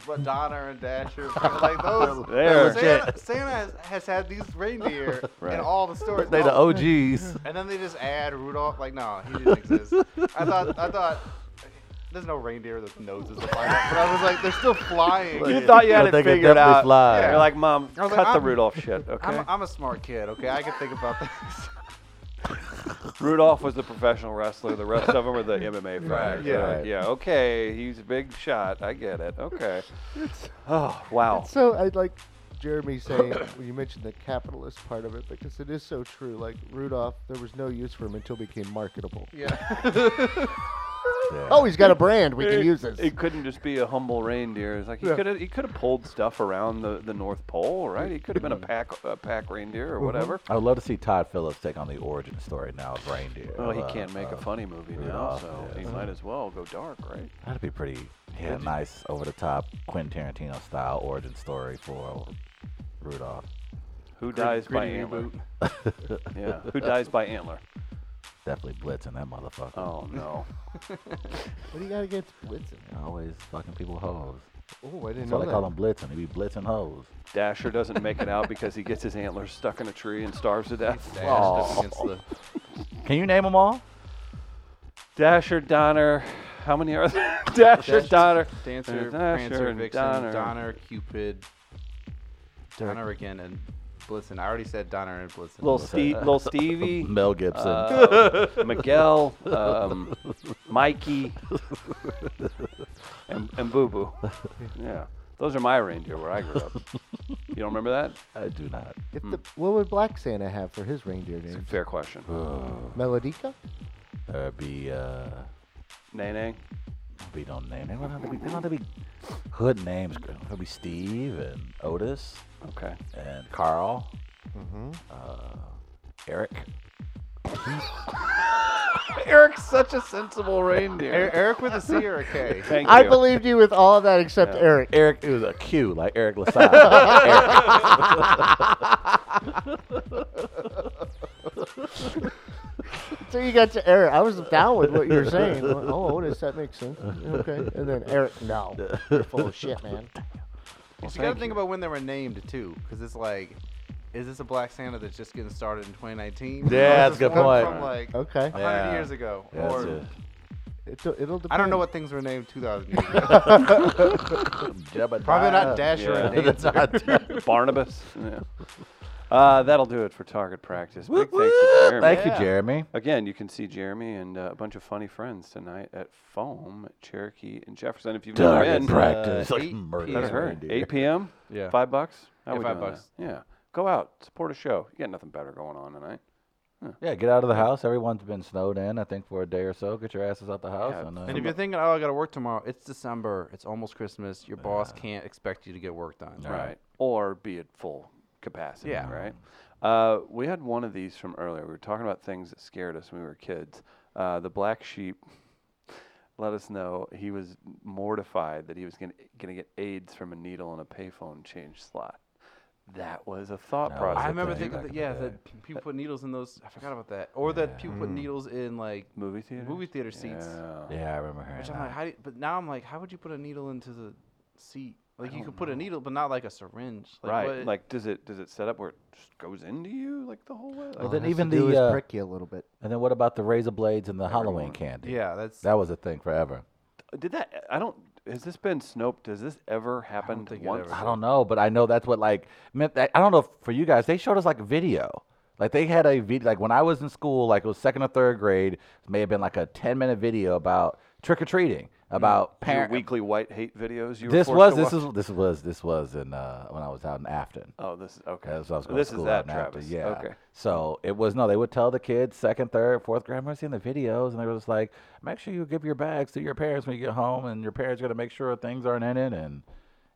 But Donner and Dasher, like those,
They're
Santa, Santa has, has had these reindeer
Right.
in all the stories.
They the
Oh,
OGs.
and then they just add Rudolph. Like, no, he didn't exist. I thought, I thought, there's no reindeer with noses. Like that. But I was like, they're still flying.
you thought you
Yeah,
had
they
it
could
figured
definitely
out.
fly.
You're like, Mom,
I was
cut
like,
the
I'm-
Rudolph shit, okay?
I'm, I'm a smart kid. Okay, I can think about things.
Rudolph was the professional wrestler. The rest of them were the MMA fighters.
yeah.
Right, Yeah. Okay. He's a big shot. I get it. Okay. Oh wow.
So I like Jeremy saying when you mentioned the capitalist part of it because it is so true. Like Rudolph, there was no use for him until he became marketable.
Yeah.
Yeah.
Oh, he's got a brand. We can use this.
It couldn't just be a humble reindeer. It's like he
Yeah.
could have he could have pulled stuff around the, the North Pole, right? He could have been a pack a pack reindeer or
Mm-hmm.
whatever.
I would love to see Todd Phillips take on the origin story now of reindeer.
Well, Oh, he
Uh,
can't make a
uh,
funny movie now,
Rudolph,
so
yeah.
he might as well go dark, right?
That'd be pretty, yeah, nice, over the top Quentin Tarantino style origin story for Rudolph.
Who dies by
Gritty
antler?
reboot.
Yeah. Who dies by antler?
Definitely blitzing that motherfucker.
Oh no.
What do you got against blitzing?
Always fucking people hoes.
Oh, I didn't
That's
know
why they
that.
call them blitzing. They be blitzing hoes.
Dasher doesn't make it out because he gets his antlers stuck in a tree and starves to death.
Dashed up against the-
Can you name them all?
Dasher, Donner. How many are there? Dasher,
Dash-
Donner.
Dancer,
Dasher,
Prancer,
and
Vixen,
Donner.
Donner, Cupid,
Dirk.
Donner again, and Blitzen. I already said Donner and Blitzen.
Little, Steve, little Stevie.
Mel Gibson.
uh, Miguel. Um, Mikey. And, and Boo Boo. Yeah. Those are my reindeer where I grew up. You don't remember that?
I do not.
If the, what would Black Santa have for his reindeer
It's a
name?
fair question.
Melodica?
There'd be, uh,
Nay, nay.
be no name. They don't have to be, they don't have to be hood names. It'll be Steve and Otis
Okay.
and Carl, Uh,
Mm-hmm.
Eric.
Eric's such a sensible reindeer.
Er- Eric with a C or a K?
Thank you.
I believed you with all that except
Yeah.
Eric.
Eric, it was a Q, like Eric Lassalle.
So you got to Eric. I was down with what you were saying. Oh, Otis, that makes sense. Okay. And then Eric, no. You're full of shit, man.
you got to think about when they were named too, because it's like, is this a Black Santa that's just getting started in 2019? Or
Yeah,
is
that's
this
a good
one
point.
From like
Okay.
100
Yeah.
years ago,
That's
or
it.
It'll, it'll depend.
I don't know what things were named 2,000 years ago.
Jebediah.
Probably not Dasher
Yeah.
and Dancer.
Barnabas. Yeah. Uh, that'll do it for target practice. Big
Whoop,
thanks to
whoop.
Jeremy.
Thank
Yeah.
you, Jeremy.
Again, you can see Jeremy and uh, a bunch of funny friends tonight at Foam, Cherokee, and Jefferson. If you've never
Target
been,
practice.
uh,
like
8
murder.
p.m.
that's her.
reindeer.
8 p.m.
Yeah.
Five bucks. How
Yeah,
we
five
doing
bucks.
that? Yeah. Go out, support a show. You got nothing better going on tonight.
Yeah, get out of the house. Everyone's been snowed in, I think, for a day or so. Get your asses out the house.
Yeah.
And,
And
uh,
if you're thinking, oh, I got to work tomorrow, it's December. It's almost Christmas. Your boss can't expect you to get work done.
Right. Or be at full capacity.
Yeah.
Right. Uh, we had one of these from earlier. We were talking about things that scared us when we were kids. Uh, the black sheep let us know he was mortified that he was going to get AIDS from a needle in a payphone change slot. That was a thought
No, I
process.
I
That's
remember
the
thinking
thing.
that, yeah, that p- people put needles in those. I forgot about that. Or that people
Mm.
put needles in, like,
movie theater.
movie theater seats.
Yeah.
Yeah, I remember hearing
Which
that.
I'm like, how do you, but now I'm like, how would you put a needle into the seat? Like, you could put a needle, but not like a syringe. Like,
right.
what-
Like, does it does it set up where it just goes into you like the whole way? Like,
Well, then
Has to
even
do
the,
"Oh, is
uh,
prick you a little bit.
and then what about the razor blades and the Halloween
Everyone.
candy?
yeah, that's.
That was a thing forever.
did that? I don't. Has this been Snoped? Has this ever happened
think it
once?
ever
I don't know, but I know that's what like meant. That, I don't know if for you guys. They showed us like video. Like they had a video. Like when I was in school, like it was second or third grade. It may have been like a ten minute video about trick or treating, about
Your
parent.
weekly white hate videos. You were
this
forced
was
to
this
watch?
is this was this was in uh, when I was out in Afton.
Oh, this is okay.
That's what I was going
this
to school
is that
out in Afton,
Travis.
Yeah.
Okay.
So it was no. They would tell the kids second, third, fourth grade. I remember seeing the videos, and they were just like, "Make sure you give your bags to your parents when you get home, and your parents got to make sure things aren't in it." And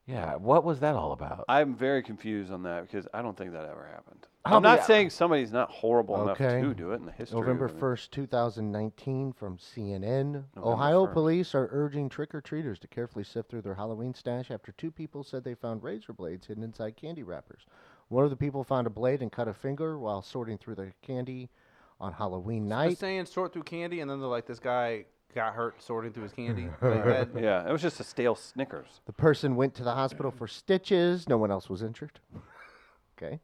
yeah, what was that all about?
I'm very confused on that because I don't think that ever happened. I'm not saying somebody's not horrible
Okay.
enough to do it in the history. of
November
it.
1st, 2019, from CNN. Ohio
November 1st.
police are urging trick or treaters to carefully sift through their Halloween stash after two people said they found razor blades hidden inside candy wrappers. One of the people found a blade and cut a finger while sorting through the candy on Halloween
They're
night.
saying sort through candy, and then they're like, this guy got hurt sorting through his candy. Like that-
Yeah, it was just a stale Snickers.
The person went to the hospital for stitches. No one else was injured. okay.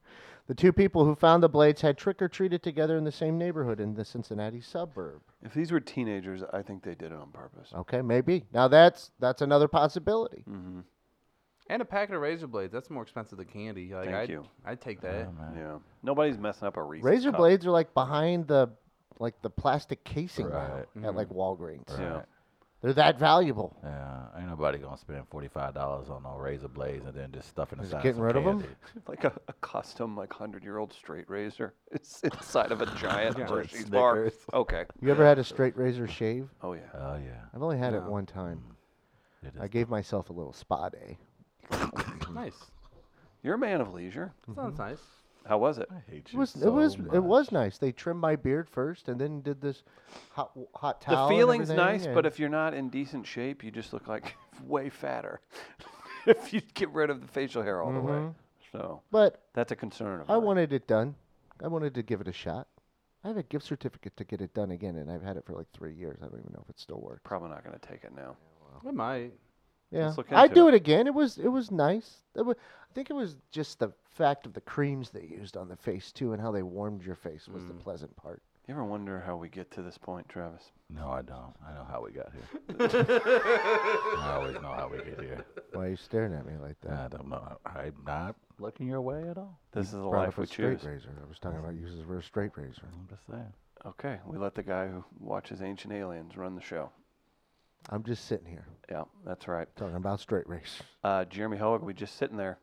The two people who found the blades had trick or treated together in the same neighborhood in the Cincinnati suburb.
If these were teenagers, I think they did it on purpose.
Okay, maybe. Now that's that's another possibility.
hmm
and a packet of razor blades. That's more expensive than candy. Like,
Thank
I'd,
you.
I'd take that.
Yeah, nobody's messing up a Reese's
Razor
cup.
blades are like behind the like the plastic casing now
Right.
Mm-hmm.
at like Walgreens.
Yeah.
They're that valuable.
Yeah, Uh, ain't nobody gonna spend forty five dollars on no razor blades and then just stuffing
Is it
inside
getting
some
rid of 'em?
candy.
like a, a custom like hundred year old straight razor. It's inside of a giant
Yeah.
Hershey's bar.
Snickers.
Okay.
You ever had a straight razor shave?
Oh yeah.
Oh yeah,
I've only had it
No.
one time.
it is.
I gave myself a little spa day.
Nice.
You're a man of leisure.
Sounds nice.
How was it?
I hate
It
you
was
so
it was
much.
it was nice. They trimmed my beard first and then did this hot w- hot towel.
The
and
feeling's
everything,
nice, but
and-
if you're not in decent shape, you just look like way fatter. if you get rid of the facial hair all the way,
Mhm.
so
but
that's a concern of
I
mine.
wanted it done. I wanted to give it a shot. I have a gift certificate to get it done again, and I've had it for like three years. I don't even know if it still works.
Probably not going to take it now.
It might.
Yeah,
Let's look
I'd
into
do
it.
it again. It was it was nice. It wa- I think it was just the fact of the creams they used on the face too, and how they warmed your face was the
Mm.
pleasant part.
You ever wonder how we get to this point, Travis?
No, I don't. I know how we got here. I always know how we get here.
Why are you staring at me like
Uh,
that?
I don't know. I'm not looking your way at all.
This is the
Brought
life
up a
we
straight
choose.
razor. I was talking about uses for a straight razor.
I'm just saying.
Okay, we let the guy who watches Ancient Aliens run the show.
I'm just sitting here
Yeah, that's right.
talking about straight razors.
Uh, Jeremy Hoag, we just sitting there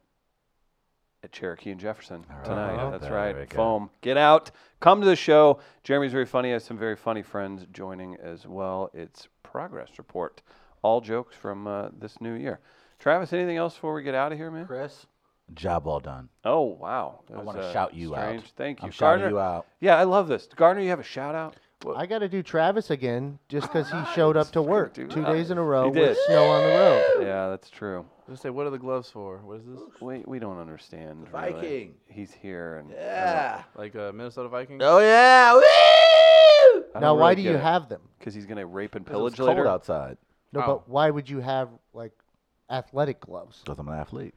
at Cherokee and Jefferson
All right.
tonight.
Oh,
That's
there we
right.
go.
Foam. Get out. Come to the show. Jeremy's very funny. Has some very funny friends joining as well. It's progress report. All jokes from uh, this new year. Travis, anything else before we get out of here, man?
Chris, job well done.
Oh wow! That
I
was,
want to
uh,
shout you
strange.
out.
Thank you,
I'm
Gardner.
shouting you out.
Yeah, I love this. Gardner, you have a shout out.
I got to do Travis again just because he
Ah,
showed up to work
do
two
that.
days in a row
did.
with snow on the road.
Yeah, that's true.
Just say, what are the gloves for? What is this?
We we don't understand. The
Viking.
He's here and I don't-
Like uh, Minnesota Vikings?
Oh yeah. Woo!
I don't
Now, why
really
do
get
you
it,
have them?
'cause he's gonna rape and
It's
pillage
cold
later.
outside
No,
Oh.
but why would you have like athletic gloves?
because I'm an athlete.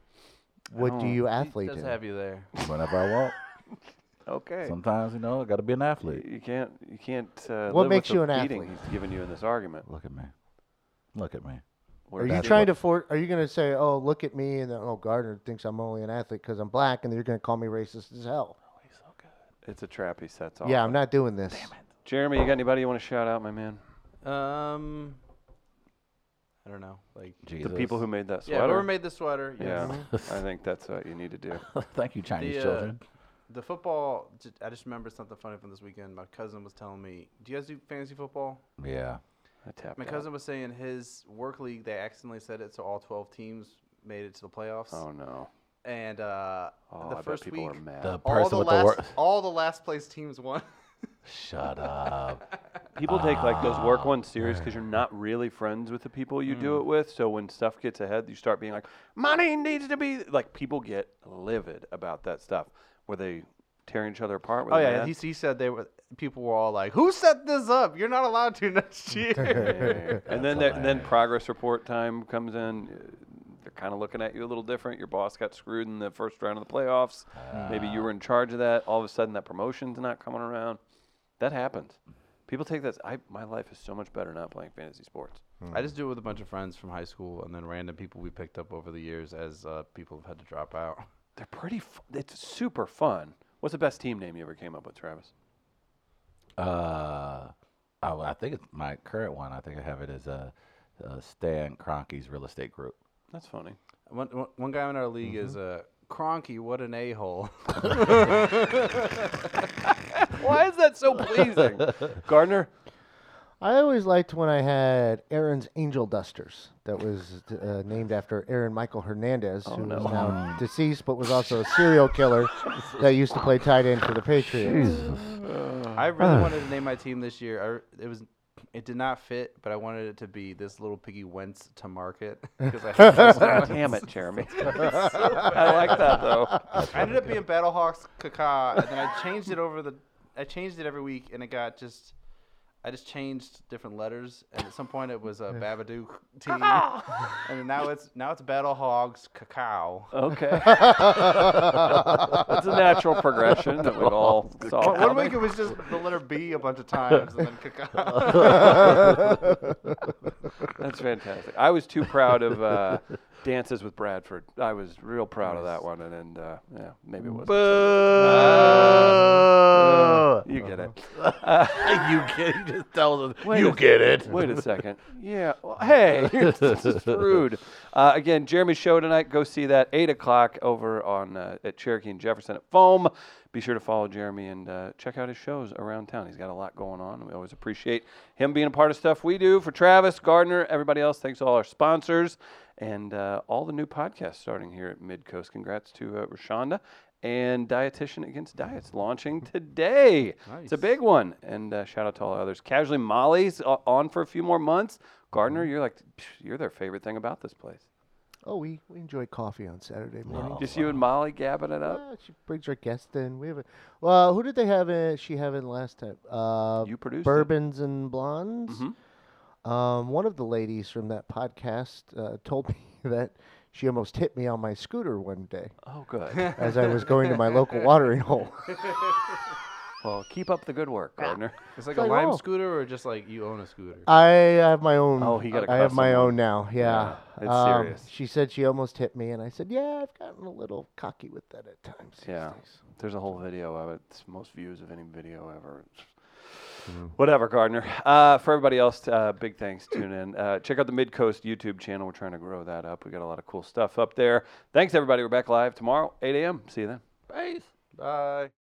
What
Oh,
do you athlete
Just
do?
have you there.
Whenever I want.
Okay.
Sometimes you know I got to be an athlete.
You can't. You can't. Uh,
What
live
makes
with
you
the
an
beating
athlete?
He's given you in this argument.
Look at me. Look at me.
What
Are you
does-
trying to for? Are you going to say, "Oh, look at me," and then, "Oh, Gardner thinks I'm only an athlete because I'm black," and then you're going to call me racist as hell?
It's a trap he sets off.
Yeah, I'm not doing this.
Jeremy, you got anybody you want to shout out, my man?
Um, I don't know. Like,
Jesus.
The people who made that
yeah, whoever
sweater.
made the sweater.
yeah,
Yes.
I think that's what you need to do.
Thank you, Chinese
The, uh,
children.
The football. ju- I just remembered something funny from this weekend. My cousin was telling me, "Do you guys do fantasy football?"
Yeah.
I tapped
My
out.
cousin was saying his work league they accidentally said it, so all twelve teams made it to the playoffs.
Oh no.
And uh,
Oh,
the
I
first
bet people
week,
are mad.
The
all
person
the
with
last
the worst.
all the last place teams won.
Shut up.
people take like those work
Ah,
ones serious because you're not really friends with the people you
Mm.
do it with. So when stuff gets ahead, you start being like, "Money needs to be like." People get livid about that stuff. Were they tearing each other apart? Were
oh
they
yeah,
mad?
he, he said they were. People were all like, "Who set this up? You're not allowed to next year."
and then there,
That's
then
hilarious.
progress report time comes in. uh, They're kind of looking at you a little different. Your boss got screwed in the first round of the playoffs. Maybe you were in charge of that. All of a sudden, that promotion's not coming around. That happens. People take that. I my life is so much better not playing fantasy sports.
I just do it with a bunch of friends from high school, and then random people we picked up over the years as uh, people have had to drop out.
They're pretty. F- it's super fun. What's the best team name you ever came up with, Travis?
Uh, oh, I think it's my current one. I think I have it as a, uh Stan Kroenke's real estate group.
That's funny.
One, one- one guy in our league is uh, Cronky. What an a hole!
Why is that so pleasing, Gardner?
I always liked when I had Aaron's Angel Dusters. That was uh, named after Aaron Michael Hernandez, who
no.
was now deceased but was also a serial killer that used to play tight end for the Patriots.
Jesus.
I really wanted to name my team this year. I, r- it was, it did not fit, but I wanted it to be this little piggy Wentz to market because I, hate him so much.
Damn it, Jeremy. I like that though.
I ended up being Battlehawks Kaka, and then I changed it over the. I changed it every week, and it got just. I just changed different letters, and at some point it was a Babadook T, and then now it's now it's Battlehawks Cacao.
Okay. That's a natural progression that we've all saw.
One- One
coming.
week it was just the letter B a bunch of times, and then Cacao.
That's fantastic. I was too proud of uh, Dances with Bradford. I was real proud of that one, and, and uh, yeah, maybe it was. you get it.
you get. You just tell them.
Wait
you
a-
get it.
Wait a second. Yeah. Well, hey, this is rude. Uh, again, Jeremy's show tonight. Go see that eight o'clock over on uh, at Cherokee and Jefferson at Foam. Be sure to follow Jeremy and uh, check out his shows around town. He's got a lot going on. We always appreciate him being a part of stuff we do. For Travis Gardner, everybody else, thanks to all our sponsors and uh, all the new podcasts starting here at Mid Coast. Congrats to uh, Rashonda and Dietitian Against Diets launching today. It's a
Nice.
big big one. And uh, shout out to all the others. Casually Molly's o- on for a few more months. Gardner, you're like, psh, you're their favorite thing about this place.
Oh, we, we enjoy coffee on Saturday morning.
Just you and Molly gabbing it up.
Uh, she brings her guests in. We have a well. Who did they have? In, she have in last time. Uh,
You produced it.
bourbons and blondes.
Mhm.
Um, one of the ladies from that podcast uh, told me that she almost hit me on my scooter one day
Oh, good.
as I was going to my local watering hole.
well, keep up the good work, Gardner.
It's like
Like,
a lime
oh.
scooter, or just like you own a scooter.
I have my own.
Oh, he got a
I have my
custom one.
own now. Yeah.
Yeah, it's
Um,
serious.
She said she almost hit me, and I said, "Yeah, I've gotten a little cocky with that at times." these
Yeah.
days."
There's a whole video of it. It's most views of any video ever. Whatever, Gardner. Uh, for everybody else, uh, big thanks. Tune in. Uh, check out the Midcoast YouTube channel. We're trying to grow that up. We got a lot of cool stuff up there. Thanks, everybody. We're back live tomorrow, 8 a.m. See you then.
Bye.